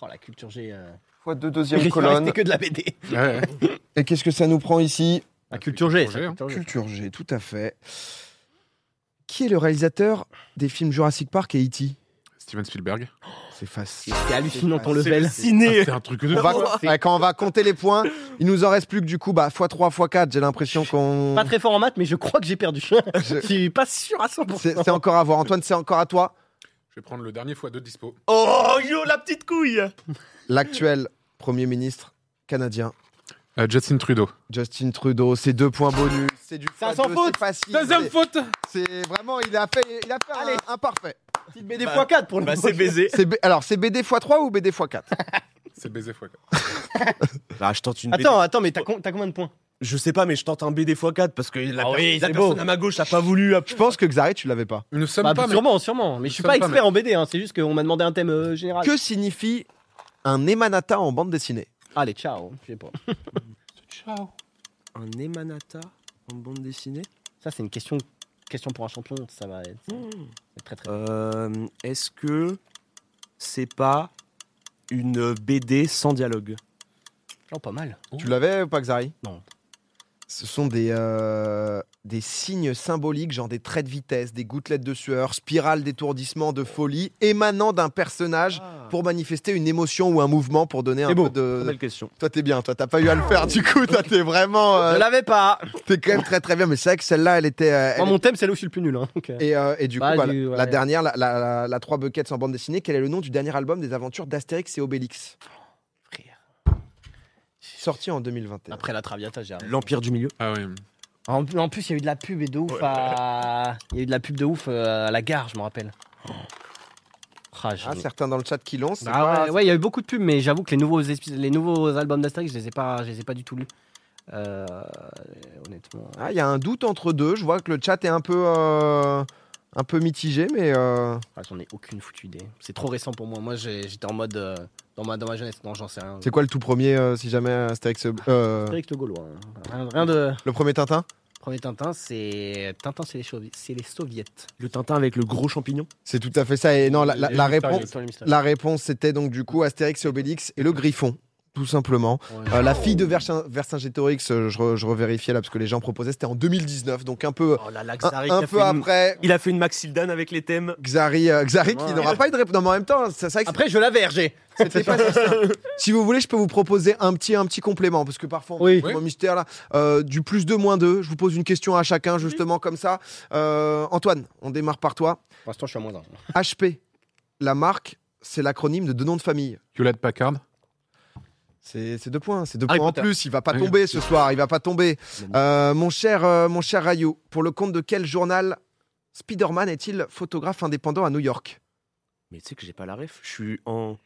Speaker 2: Oh, la culture G. Euh...
Speaker 1: Fois deux
Speaker 2: il
Speaker 1: deuxième
Speaker 2: reste que de la BD.
Speaker 3: [laughs] Ouais, ouais.
Speaker 1: Et qu'est-ce que ça nous prend ici
Speaker 2: La culture G. ça,
Speaker 3: Culture G, hein.
Speaker 2: culture G.
Speaker 1: Culture G, tout à fait. Qui est le réalisateur des films Jurassic Park et E E.T.
Speaker 3: Steven Spielberg.
Speaker 1: C'est facile.
Speaker 2: C'est hallucinant ton
Speaker 1: C'est-
Speaker 2: level. Ah,
Speaker 5: Ciné.
Speaker 3: Ah, C'est un truc de
Speaker 1: On
Speaker 3: [laughs]
Speaker 1: va-
Speaker 3: fou.
Speaker 1: ouais, quand on va compter les points, il nous en reste plus que du coup bah, x3, x4. J'ai l'impression qu'on. [laughs]
Speaker 2: Pas très fort en maths, mais je crois que j'ai perdu. [laughs] Je suis pas sûr à 100%.
Speaker 1: C'est c'est encore à voir. Antoine, c'est encore à toi.
Speaker 3: Je vais prendre le dernier x2 dispo.
Speaker 5: Oh yo, la petite couille.
Speaker 1: L'actuel Premier ministre canadien,
Speaker 3: Euh, Justin Trudeau.
Speaker 1: Justin Trudeau, c'est deux points bonus. C'est du
Speaker 2: Ça
Speaker 1: x
Speaker 2: s'en
Speaker 1: deux,
Speaker 2: fout.
Speaker 1: c'est facile.
Speaker 3: Deuxième
Speaker 1: C'est-
Speaker 3: faute
Speaker 1: C'est vraiment, il a fait, il a fait un-
Speaker 2: Allez.
Speaker 1: un, parfait.
Speaker 2: Petite BD
Speaker 5: Bah,
Speaker 2: x4 pour le
Speaker 5: Bah,
Speaker 1: [laughs]
Speaker 5: c'est baisé.
Speaker 1: C'est B- Alors, c'est BD x3 ou BD x4
Speaker 3: C'est baiser x4.
Speaker 5: Bah, je tente une. BD.
Speaker 2: Attends, attends, mais t'as com- t'as combien de points
Speaker 5: Je sais pas, mais je tente un BD x4 parce que la,
Speaker 2: Ah
Speaker 5: per-
Speaker 2: oui,
Speaker 5: la
Speaker 2: c'est
Speaker 5: personne
Speaker 2: beau.
Speaker 5: à ma gauche a pas voulu. hop.
Speaker 1: Je pense que Xari, tu l'avais pas.
Speaker 3: Nous sommes
Speaker 2: Bah,
Speaker 3: pas, mais-
Speaker 2: Sûrement, sûrement. Mais je suis
Speaker 3: Nous sommes
Speaker 2: pas
Speaker 3: pas,
Speaker 2: expert en BD, hein, c'est juste qu'on m'a demandé un thème euh, général.
Speaker 1: Que signifie un émanata en bande dessinée
Speaker 2: Allez, ciao. Je sais pas.
Speaker 5: Un Emanata en bande dessinée.
Speaker 2: Ça, c'est une question, question pour un champion. Ça va être ça va être très très.
Speaker 5: Euh, Est-ce que c'est pas une BD sans dialogue
Speaker 2: Oh, pas mal.
Speaker 1: Tu l'avais ou pas, Xari
Speaker 2: Non.
Speaker 1: Ce sont des, euh, des signes symboliques, genre des traits de vitesse, des gouttelettes de sueur, spirale d'étourdissement, de folie, émanant d'un personnage
Speaker 2: Ah.
Speaker 1: pour manifester une émotion ou un mouvement pour donner un
Speaker 5: C'est beau.
Speaker 1: peu de.
Speaker 5: Belle question.
Speaker 1: Toi, t'es bien, toi, t'as pas eu à le faire, du coup, toi, t'es vraiment. euh,
Speaker 2: Je l'avais pas.
Speaker 1: t'es quand même très très bien, mais c'est vrai que celle-là, elle était. euh, elle
Speaker 2: Moi, Oh, mon thème, c'est là où je suis le plus nul. hein, donc, euh.
Speaker 1: Et, euh, et du
Speaker 2: Bah,
Speaker 1: coup, bah,
Speaker 2: du-
Speaker 1: la-
Speaker 2: ouais.
Speaker 1: la dernière, la, la, la- la trois buckets en bande dessinée, quel est le nom du dernier album des aventures d'Astérix et Obélix
Speaker 2: Frère.
Speaker 1: Sorti en 2021.
Speaker 2: Après la Traviata, j'ai arrêté.
Speaker 5: L'Empire du Milieu.
Speaker 3: Ah ouais.
Speaker 2: En, en plus, il y a eu de la pub et de ouf à. Il y a eu de la pub de ouf euh, à la gare, je me rappelle. Ah, j'en
Speaker 1: Ah,
Speaker 2: ai-
Speaker 1: certains dans le chat qui lancent. c'est pas-
Speaker 2: Ah ouais, ouais, il y a eu beaucoup de pubs, mais j'avoue que les nouveaux, espé- les nouveaux albums d'Astérix, je les ai pas, je les ai pas du tout lus. Euh, honnêtement.
Speaker 1: Ah, il y a un doute entre deux. Je vois que le chat est un peu, euh, un peu mitigé, mais euh,
Speaker 2: Ah, J'en ai aucune foutue idée. C'est trop récent pour moi. Moi, j'ai- j'étais en mode euh, dans, ma, dans ma jeunesse. Non, j'en sais rien.
Speaker 1: c'est quoi le tout premier, euh, si jamais Astérix, euh,
Speaker 2: Astérix le Gaulois. hein. Rien, rien de.
Speaker 1: le premier Tintin
Speaker 2: Premier Tintin, c'est. Tintin, c'est les, Chauvi- c'est les soviets.
Speaker 5: Le Tintin avec le gros champignon.
Speaker 1: C'est tout à fait ça. Et non, la, la- la
Speaker 3: Et mystérieux.
Speaker 1: réponse, la réponse, c'était donc du coup Astérix et Obélix et le Griffon, tout simplement. Euh, la fille de Vercin- Vercingétorix, euh, je, re- je revérifiais là parce que les gens proposaient, c'était en 2019, donc un peu,
Speaker 5: Oh là là,
Speaker 1: un,
Speaker 5: Xari,
Speaker 1: un
Speaker 5: il a
Speaker 1: peu
Speaker 5: fait une-
Speaker 1: après.
Speaker 5: Il a fait une Maxildan avec les thèmes.
Speaker 1: Xari, euh, Xari qui
Speaker 2: Ouais.
Speaker 1: n'aura pas eu de réponse. Non, mais en même temps, c'est c'est vrai que
Speaker 2: [laughs] Après, je l'avais, RG.
Speaker 1: C'était pas si simple. Si vous voulez, je peux vous proposer un petit, un petit complément, parce que parfois, on
Speaker 2: Oui.
Speaker 1: fait un mystère là, Euh, du plus 2, moins 2. Je vous pose une question à chacun, justement, comme ça. Euh, Antoine, on démarre par toi.
Speaker 2: Pour l'instant, je suis à moins 1.
Speaker 1: HP, la marque, c'est l'acronyme de deux noms de famille.
Speaker 3: Hewlett Packard.
Speaker 1: C'est c'est deux points, c'est deux
Speaker 2: Harry
Speaker 1: points en
Speaker 2: Potter.
Speaker 1: plus. Il va pas
Speaker 3: Ah Oui.
Speaker 1: tomber ce soir, il va pas tomber. Euh, mon cher, euh, mon cher Rayou, pour le compte de quel journal Spider-Man est-il photographe indépendant à New York
Speaker 5: Mais tu sais que j'ai pas la ref. Je suis en.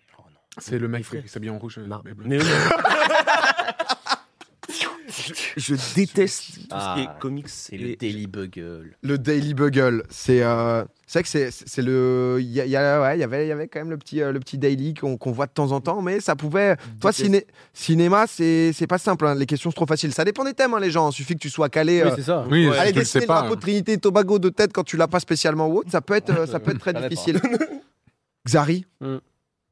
Speaker 3: C'est le mec
Speaker 5: frère.
Speaker 3: qui s'habille en rouge. euh,
Speaker 5: Non.
Speaker 3: et bleu.
Speaker 5: Mais- [laughs] je, je déteste tout ce qui
Speaker 2: Ah,
Speaker 5: est comics.
Speaker 2: C'est le
Speaker 5: et-
Speaker 2: Daily Bugle.
Speaker 1: Le Daily Bugle, c'est euh, c'est vrai que c'est- c'est c'est le il y, a- il y a- ouais, il y avait il y avait quand même le petit euh, le petit Daily qu'on qu'on voit de temps en temps, mais ça pouvait. Toi, ciné- cinéma, c'est c'est pas simple. hein, Les questions sont trop faciles. Ça dépend des thèmes, hein, les gens. Il suffit que tu sois calé. euh,
Speaker 2: c'est ça.
Speaker 3: Oui, si
Speaker 1: Allez,
Speaker 3: tu le
Speaker 1: dessiner
Speaker 3: sais
Speaker 1: le
Speaker 3: pas. euh, hein.
Speaker 1: drapeau de Trinité et Tobago de tête quand tu l'as pas spécialement ou autre, ça peut être, euh, ça peut être très
Speaker 2: Ça dépend.
Speaker 3: [laughs]
Speaker 1: difficile. Xari,
Speaker 2: Mm.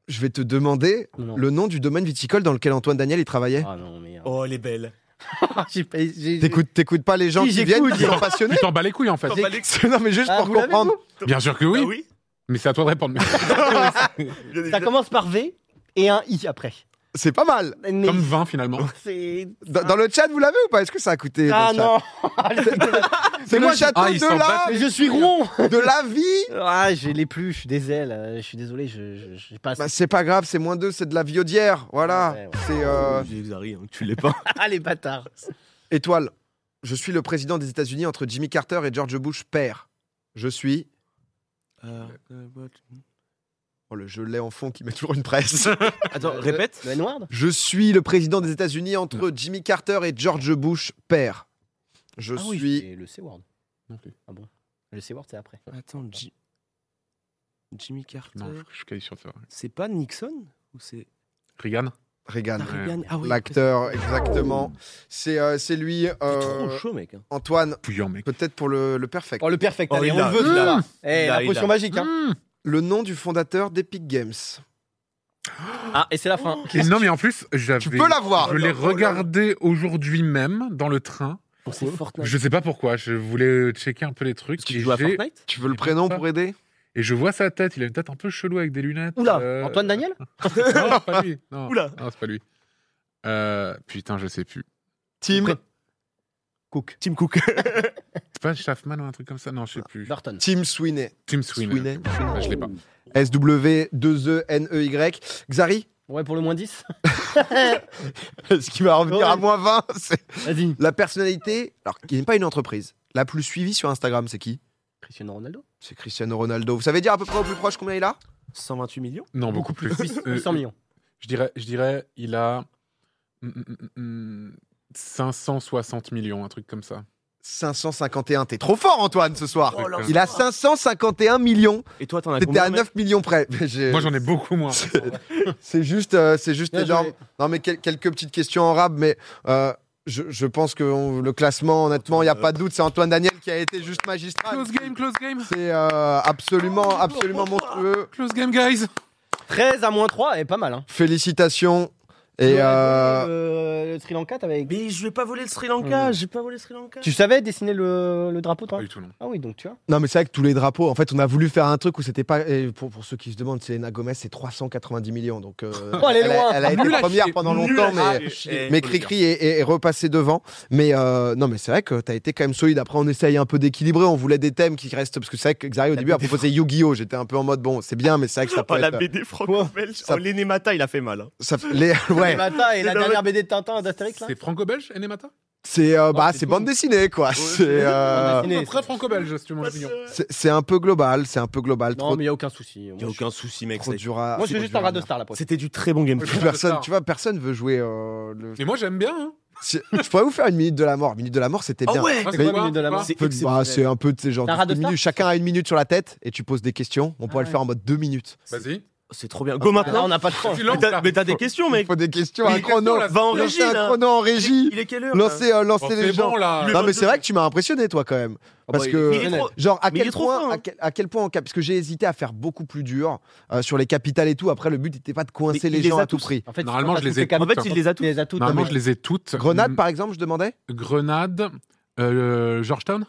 Speaker 1: je vais te demander
Speaker 2: Non.
Speaker 1: le nom du domaine viticole dans lequel Antoine Daniel y travaillait.
Speaker 2: Ah non, mais.
Speaker 5: Oh, elle est belle.
Speaker 2: [laughs] j'ai pas. j'ai-
Speaker 1: T'écoutes t'écoutes pas les gens
Speaker 2: Si,
Speaker 1: qui
Speaker 2: j'écoute.
Speaker 1: viennent, qui sont
Speaker 3: Tu
Speaker 1: passionnés
Speaker 3: t'en bats les couilles en fait.
Speaker 1: [laughs] Non, mais juste
Speaker 2: Ah,
Speaker 1: pour
Speaker 2: vous l'avez,
Speaker 1: comprendre.
Speaker 3: Bien sûr que oui.
Speaker 5: Ah oui
Speaker 1: [laughs]
Speaker 5: Ah
Speaker 3: Mais c'est à toi de répondre.
Speaker 2: Ça commence par V et un I après.
Speaker 1: C'est pas mal.
Speaker 2: Mais [laughs]
Speaker 3: Comme
Speaker 1: [laughs]
Speaker 3: 20 finalement.
Speaker 2: c'est.
Speaker 1: Dans, dans le chat, vous l'avez ou pas Est-ce que ça a coûté
Speaker 2: Ah
Speaker 1: dans le chat
Speaker 2: non
Speaker 1: C'est le château
Speaker 3: Ah, ils
Speaker 1: de,
Speaker 3: s'en
Speaker 1: la...
Speaker 3: battent
Speaker 2: Je suis rond
Speaker 1: de la vie
Speaker 2: [laughs] Ah, j'ai les plus, je suis des ailes. euh, Je suis désolé, je, je, j'ai pas.
Speaker 1: Bah, c'est pas grave, c'est moins deux, c'est de la viodière. Voilà.
Speaker 2: Ah, Ouais, ouais.
Speaker 1: C'est euh,
Speaker 5: Xari, hein, tu l'es pas.
Speaker 2: [laughs]
Speaker 5: [laughs]
Speaker 2: Ah, les bâtards
Speaker 1: étoile. Je suis le président des États-Unis entre Jimmy Carter et George Bush père. Je suis.
Speaker 5: Euh,
Speaker 1: Oh, le je l'ai en fond qui met toujours une presse.
Speaker 4: Attends, répète.
Speaker 2: Euh, Le N-word
Speaker 1: je suis le président des États-Unis entre Jimmy Carter et George Bush père. Je
Speaker 2: Ah
Speaker 1: suis.
Speaker 2: oui, c'est le C-word.
Speaker 3: Ok.
Speaker 2: Ah bon Le C-word, c'est après.
Speaker 4: Attends, Ji- Jimmy Carter.
Speaker 3: Non, je- je suis quasi sûr de ça.
Speaker 4: C'est pas Nixon ou c'est
Speaker 3: Reagan
Speaker 1: Reagan.
Speaker 3: Ouais.
Speaker 4: Reagan Ah oui,
Speaker 1: L'acteur, exactement. C'est euh, c'est lui,
Speaker 5: T'es
Speaker 1: euh,
Speaker 5: trop chaud, mec. hein.
Speaker 1: Antoine,
Speaker 3: Pouillant, mec.
Speaker 1: peut-être pour le, le perfect.
Speaker 2: Oh, le perfect,
Speaker 5: Oh,
Speaker 2: allez,
Speaker 5: il
Speaker 2: on
Speaker 5: l'a,
Speaker 2: le veut,
Speaker 5: il
Speaker 2: celui-là.
Speaker 5: l'a.
Speaker 2: Eh,
Speaker 5: Il
Speaker 2: la
Speaker 5: l'a, il
Speaker 2: potion
Speaker 5: l'a.
Speaker 2: magique, hein
Speaker 3: Mmh.
Speaker 1: Le nom du fondateur d'Epic Games.
Speaker 2: Ah, et c'est la fin.
Speaker 3: Non, mais en plus, j'avais.
Speaker 1: Tu peux l'avoir.
Speaker 3: Je l'ai regardé aujourd'hui même dans le train.
Speaker 5: Oh, C'est Fortnite.
Speaker 3: Je sais pas pourquoi, je voulais checker un peu les trucs.
Speaker 5: Parce que tu
Speaker 3: et
Speaker 5: joues à
Speaker 3: j'ai-
Speaker 5: Fortnite
Speaker 1: Tu veux le prénom pour aider
Speaker 3: Et je vois sa tête, il a une tête un peu chelou avec des lunettes.
Speaker 2: Oula,
Speaker 3: Euh,
Speaker 2: Antoine Daniel
Speaker 3: [laughs] Non, c'est pas lui. Non,
Speaker 5: Oula.
Speaker 3: non, c'est pas lui. Euh, putain, je sais plus.
Speaker 1: Tim.
Speaker 2: Cook.
Speaker 5: Tim [laughs] Cook.
Speaker 3: C'est pas Schaffman ou un truc comme ça Non, je sais plus.
Speaker 2: Burton.
Speaker 1: Tim Sweeney. E
Speaker 3: Tim Sweeney.
Speaker 1: Sweeney.
Speaker 3: Ouais, je l'ai pas.
Speaker 1: S-W-2-E-N-E-Y. Xari, [laughs]
Speaker 2: Ouais, pour le moins
Speaker 3: [laughs]
Speaker 2: 10.
Speaker 1: ce qui va revenir à
Speaker 2: Ouais.
Speaker 1: moins 20, c'est
Speaker 2: Vas-y.
Speaker 1: la personnalité, alors qui n'est pas une entreprise, la plus suivie sur Instagram, c'est qui
Speaker 2: Cristiano Ronaldo
Speaker 1: C'est Cristiano Ronaldo. Vous savez dire à peu près au plus proche combien il a
Speaker 5: 128 millions
Speaker 3: Non, beaucoup plus. Euh,
Speaker 2: 800 millions.
Speaker 3: Je dirais, je dirais, il a mm, mm, mm, 560 millions, un truc comme ça.
Speaker 1: 551. T'es trop fort, Antoine, ce soir
Speaker 3: Un truc comme ça.
Speaker 1: Il a 551 millions.
Speaker 5: Et toi, t'en as
Speaker 1: T'étais
Speaker 5: combien
Speaker 1: à
Speaker 5: mec
Speaker 1: 9 millions près. [laughs] Mais j'ai-
Speaker 3: Moi, j'en ai beaucoup moins.
Speaker 1: C'est juste, euh, c'est juste
Speaker 2: Bien
Speaker 1: énorme.
Speaker 2: joué.
Speaker 1: Non, mais quel- quelques petites questions en rab, mais euh, je, je pense que on- le classement, honnêtement, il n'y a pas de doute. C'est Antoine Daniel qui a été juste magistral.
Speaker 3: Close game, close game,
Speaker 1: C'est euh, absolument, absolument monstrueux.
Speaker 3: close game, guys.
Speaker 2: 13 à moins 3, et pas mal, hein.
Speaker 1: Félicitations. Et euh,
Speaker 2: Euh, le Sri Lanka, t'avais.
Speaker 5: Mais je vais pas voler le Sri Lanka, j'ai pas volé le Sri Lanka.
Speaker 2: Tu savais dessiner le, le drapeau,
Speaker 3: Pas
Speaker 2: toi
Speaker 3: du tout, non.
Speaker 2: Ah oui, donc tu vois.
Speaker 1: non, mais c'est vrai que tous les drapeaux, en fait, on a voulu faire un truc où c'était pas. et pour, pour ceux qui se demandent, Selena Gomez, c'est 390 millions. Donc, euh,
Speaker 2: Oh, elle est
Speaker 1: a-
Speaker 2: loin.
Speaker 1: elle a été
Speaker 3: Nul à
Speaker 1: première
Speaker 3: chier.
Speaker 1: pendant
Speaker 3: Nul
Speaker 1: longtemps,
Speaker 3: à
Speaker 1: mais.
Speaker 3: chier.
Speaker 1: Mais Cricri est, est- est repassé devant. Mais euh, non, mais c'est vrai que t'as été quand même solide. Après, on essaye un peu d'équilibrer. On voulait des thèmes qui restent. Parce que c'est vrai que Xavier, au début, a proposé Yu-Gi-Oh! J'étais un peu en mode, bon, c'est bien, mais c'est vrai que ça peut
Speaker 5: Oh, la
Speaker 1: être-
Speaker 5: BD franco-belge.
Speaker 1: Ça-
Speaker 5: Oh, l'Enemata, il a fait mal. hein.
Speaker 1: ça-
Speaker 2: [laughs]
Speaker 1: les-
Speaker 2: Et
Speaker 1: ouais,
Speaker 2: Mata et la
Speaker 5: C'est dans
Speaker 2: dernière BD de Tintin d'Astérix, là
Speaker 3: C'est franco-belge, Enemata
Speaker 1: c'est euh, bah,
Speaker 2: c'est
Speaker 1: c'est
Speaker 2: tout.
Speaker 1: bande dessinée, quoi. C'est euh,
Speaker 2: Bande dessinée.
Speaker 3: Très franco-belge, si tu manges mignon.
Speaker 1: c'est- c'est un peu global. C'est un peu global.
Speaker 2: Non,
Speaker 1: trop
Speaker 2: mais y a aucun souci.
Speaker 5: Y a
Speaker 2: Moi,
Speaker 5: aucun souci,
Speaker 1: trop
Speaker 5: mec. ça-
Speaker 1: dur à.
Speaker 2: je- moi, je suis juste un radeau star, là, pour
Speaker 5: C'était du très bon game.
Speaker 3: Ouais.
Speaker 1: Personne, tu vois, personne veut jouer. euh, le-
Speaker 3: Mais moi, j'aime bien. hein.
Speaker 1: Si- Je pourrais vous faire une minute de la mort. Minute de la mort, c'était
Speaker 5: Ah
Speaker 1: bien.
Speaker 5: ouais
Speaker 3: Moi,
Speaker 1: Mais-
Speaker 3: c'est quoi
Speaker 2: Minute de la mort.
Speaker 1: Bah,
Speaker 5: C'est
Speaker 1: C'est un peu de ces genre
Speaker 2: Un radeau
Speaker 1: 10 minutes.
Speaker 2: star
Speaker 1: Chacun a une minute sur la tête et tu poses des questions. On pourrait
Speaker 2: Ah
Speaker 1: le faire en mode deux minutes.
Speaker 3: Vas-y.
Speaker 5: C'est trop bien.
Speaker 2: Là,
Speaker 5: Go
Speaker 2: on
Speaker 5: maintenant.
Speaker 2: n'a pas de temps.
Speaker 3: Tu
Speaker 5: Mais
Speaker 3: lances,
Speaker 5: t'as-
Speaker 3: là.
Speaker 5: Mais t'as des questions,
Speaker 1: Il
Speaker 5: mec.
Speaker 1: faut des questions,
Speaker 3: Mais
Speaker 1: un
Speaker 3: les questions,
Speaker 1: chrono.
Speaker 3: là,
Speaker 5: Va en
Speaker 1: Lancez
Speaker 5: régie,
Speaker 1: un
Speaker 5: là.
Speaker 1: chrono en régie.
Speaker 5: Il est quelle heure là
Speaker 1: Lancez, euh, lancez
Speaker 3: Oh,
Speaker 1: les
Speaker 3: c'est
Speaker 1: gens.
Speaker 3: bon, là.
Speaker 5: Le-
Speaker 1: Non, mais
Speaker 5: 22.
Speaker 1: c'est vrai que tu m'as impressionné, toi, quand même. Parce
Speaker 2: bah,
Speaker 1: que.
Speaker 5: Ah Il est [laughs] trop-
Speaker 1: Genre, à
Speaker 5: Mais il
Speaker 1: quel,
Speaker 5: est trop
Speaker 1: point,
Speaker 5: fin, hein.
Speaker 1: à, quel, à quel point on cap- Parce que j'ai hésité à faire beaucoup plus dur euh, sur les capitales et tout. Après, le but n'était pas de coincer
Speaker 5: Mais
Speaker 1: les
Speaker 5: il les
Speaker 1: gens
Speaker 5: a
Speaker 1: à tout
Speaker 5: tous.
Speaker 1: prix.
Speaker 2: En fait,
Speaker 3: Normalement,
Speaker 2: t'as
Speaker 3: je les
Speaker 2: toutes
Speaker 3: ai-
Speaker 5: En
Speaker 2: capotes,
Speaker 5: fait, il les a
Speaker 2: tu
Speaker 5: toutes.
Speaker 2: les as toutes.
Speaker 3: Normalement,
Speaker 1: mais-
Speaker 3: je les ai toutes.
Speaker 1: Grenade,
Speaker 3: Mm,
Speaker 1: par exemple, je demandais
Speaker 3: Grenade, euh, Georgetown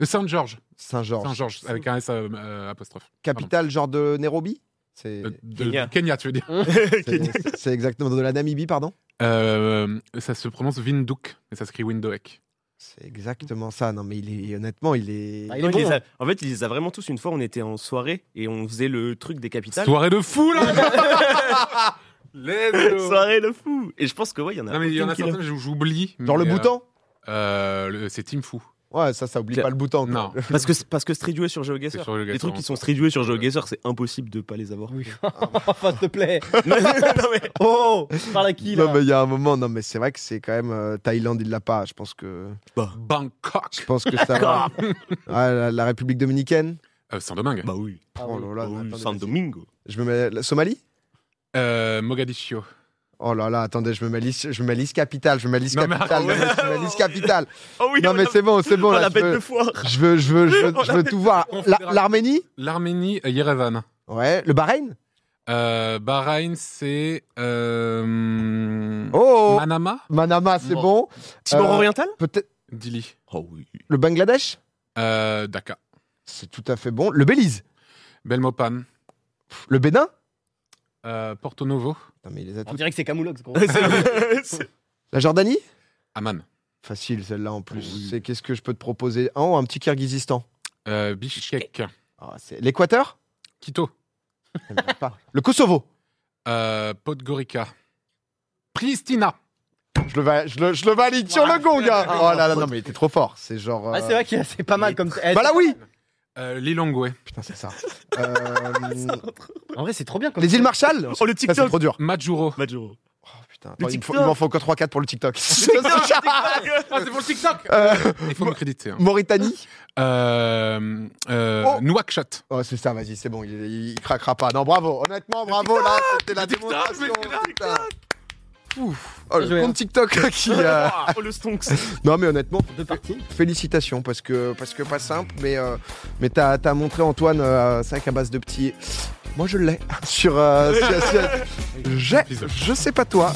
Speaker 3: Euh, Saint-Georges.
Speaker 1: Saint-Georges.
Speaker 3: Saint-Georges, avec un S euh, euh, apostrophe.
Speaker 1: Capitale, genre de Nairobi C'est
Speaker 3: Euh, de-
Speaker 5: Kenya.
Speaker 3: Kenya, tu veux dire.
Speaker 5: Kenya.
Speaker 1: c'est- c'est exactement de la Namibie, pardon
Speaker 3: Euh, ça se prononce Vinduk, mais ça s'écrit Windoek. Mm.
Speaker 1: C'est exactement ça. Non, mais il est honnêtement, il est.
Speaker 2: Ah, il
Speaker 5: Non, Bah, il
Speaker 2: bon,
Speaker 5: les a- En fait, il les a vraiment tous. Une fois, on était en soirée et on faisait le truc des capitales.
Speaker 3: Soirée de fou, là Let's
Speaker 1: [laughs]
Speaker 3: go
Speaker 5: [laughs] Soirée le fou. Et je pense que ouais, il y en a.
Speaker 3: Non, mais il y en a
Speaker 5: aucune qui l'a-
Speaker 3: certaines, j'ou- j'oublie.
Speaker 1: Genre le
Speaker 3: mais, euh,
Speaker 1: bouton
Speaker 3: euh, le- C'est Team Fou.
Speaker 1: Ouais, ça, ça oublie
Speaker 5: Claire.
Speaker 1: pas le bouton. quoi. [laughs]
Speaker 3: Non,
Speaker 5: Parce que parce que Street Duel sur
Speaker 3: c'est
Speaker 5: GeoGuessr.
Speaker 3: sur le
Speaker 5: Les trucs qui sont
Speaker 3: gâteau.
Speaker 5: Street Duel sur GeoGuessr, c'est impossible de pas les
Speaker 1: [laughs]
Speaker 5: avoir. [laughs]
Speaker 2: Oui. Enfin, s'il te plaît.
Speaker 5: Non, non, mais-
Speaker 2: Oh Parle à qui, là
Speaker 1: Non, mais il y a un moment, non, mais c'est vrai que c'est quand même. euh, Thaïlande, il l'a pas. Je pense que. Je
Speaker 3: Bangkok
Speaker 1: pense que ça va.
Speaker 5: [laughs]
Speaker 1: Ah, la, la République dominicaine
Speaker 3: euh, Saint-Domingue.
Speaker 5: Bah oui.
Speaker 2: Ah
Speaker 1: Oh
Speaker 2: oui.
Speaker 1: là là.
Speaker 5: Bah oui,
Speaker 1: attendez,
Speaker 5: San
Speaker 1: vas-y.
Speaker 5: Domingo.
Speaker 1: Je me mets. La Somalie
Speaker 3: Euh, Mogadiscio.
Speaker 1: Oh là là, attendez, je me mets liste, je me mets liste capitale, je me mets liste
Speaker 3: Non, mais-
Speaker 1: capitale,
Speaker 5: ah ouais.
Speaker 1: je me mets- je me mets liste capitale.
Speaker 5: Oh oui,
Speaker 1: Non mais c'est bon, c'est bon
Speaker 5: on
Speaker 1: là.
Speaker 5: la
Speaker 1: Je
Speaker 5: bête de
Speaker 1: veux, Euh,
Speaker 5: foire.
Speaker 1: je veux, je veux, je veux,
Speaker 5: On
Speaker 1: je
Speaker 5: la
Speaker 1: veux
Speaker 5: bête
Speaker 1: tout voir.
Speaker 3: de-
Speaker 1: La- L'Arménie,
Speaker 3: L'Arménie, euh, Yerevan.
Speaker 1: ouais. Le Bahreïn.
Speaker 3: Euh, Bahreïn, c'est. Euh,
Speaker 1: Oh.
Speaker 3: Manama
Speaker 1: Manama, c'est bon.
Speaker 5: Timor
Speaker 1: Euh,
Speaker 5: oriental
Speaker 1: Peut-être
Speaker 3: Dili.
Speaker 5: Oh oui.
Speaker 1: le Bangladesh.
Speaker 3: Euh, Dhaka.
Speaker 1: C'est tout à fait bon. Le Belize.
Speaker 3: Belmopan.
Speaker 1: Le Bénin.
Speaker 3: euh, Porto Novo,
Speaker 1: Non, mais il les a
Speaker 2: On
Speaker 1: toutes.
Speaker 2: dirait que c'est
Speaker 1: [laughs]
Speaker 2: Camoulox, gros. Ah,
Speaker 1: La Jordanie
Speaker 3: Amman,
Speaker 1: Facile celle-là en plus.
Speaker 3: Oui.
Speaker 1: C'est qu'est-ce que je peux te proposer Ah, oh, un petit Kirghizistan.
Speaker 3: euh, Bishkek,
Speaker 1: Ah, c'est l'Équateur
Speaker 3: Quito,
Speaker 1: Pas. [laughs] Le Kosovo.
Speaker 3: euh, Podgorica, Pristina.
Speaker 1: Je le, va- je le- je le valide sur le gong. hein. Oh là là, non mais t'es trop fort. C'est genre.
Speaker 2: Ah,
Speaker 1: euh,
Speaker 2: c'est vrai que c'est pas mal comme. Eh,
Speaker 1: Bah là oui.
Speaker 3: Euh, Lilongwe,
Speaker 1: Putain, c'est ça. Euh,
Speaker 2: En vrai, c'est trop bien comme.
Speaker 1: Les îles Marshall.
Speaker 5: Oh, le
Speaker 1: Ça, c'est
Speaker 5: TikTok
Speaker 1: trop dur.
Speaker 3: Majuro.
Speaker 5: Majuro.
Speaker 1: Oh, putain.
Speaker 2: Le
Speaker 1: Attends, il me faut- il
Speaker 2: TikTok.
Speaker 1: m'en faut encore 3-4 pour le TikTok. Ça, c'est-
Speaker 3: Ah, c'est pour le TikTok
Speaker 1: [laughs] Euh,
Speaker 3: Il faut me créditer. hein.
Speaker 1: Mauritanie.
Speaker 3: Euh, euh,
Speaker 1: Oh.
Speaker 3: Nouakchott.
Speaker 1: Oh, c'est ça, vas-y, c'est bon, il, il- il craquera pas. Non, bravo, honnêtement, bravo, là, c'était la démonstration. putain. Ouf. Oh,
Speaker 2: Bien
Speaker 1: le
Speaker 2: joué, hein.
Speaker 1: compte TikTok [laughs] qui. euh,
Speaker 5: Oh, le stonks.
Speaker 1: Non, mais honnêtement,
Speaker 2: Deux parties.
Speaker 1: félicitations parce que parce que pas simple mais euh, mais t'as t'as montré Antoine euh, c'est vrai qu'à base [laughs] de petits moi je l'ai sur, euh, sur- sur- j'ai je sais pas toi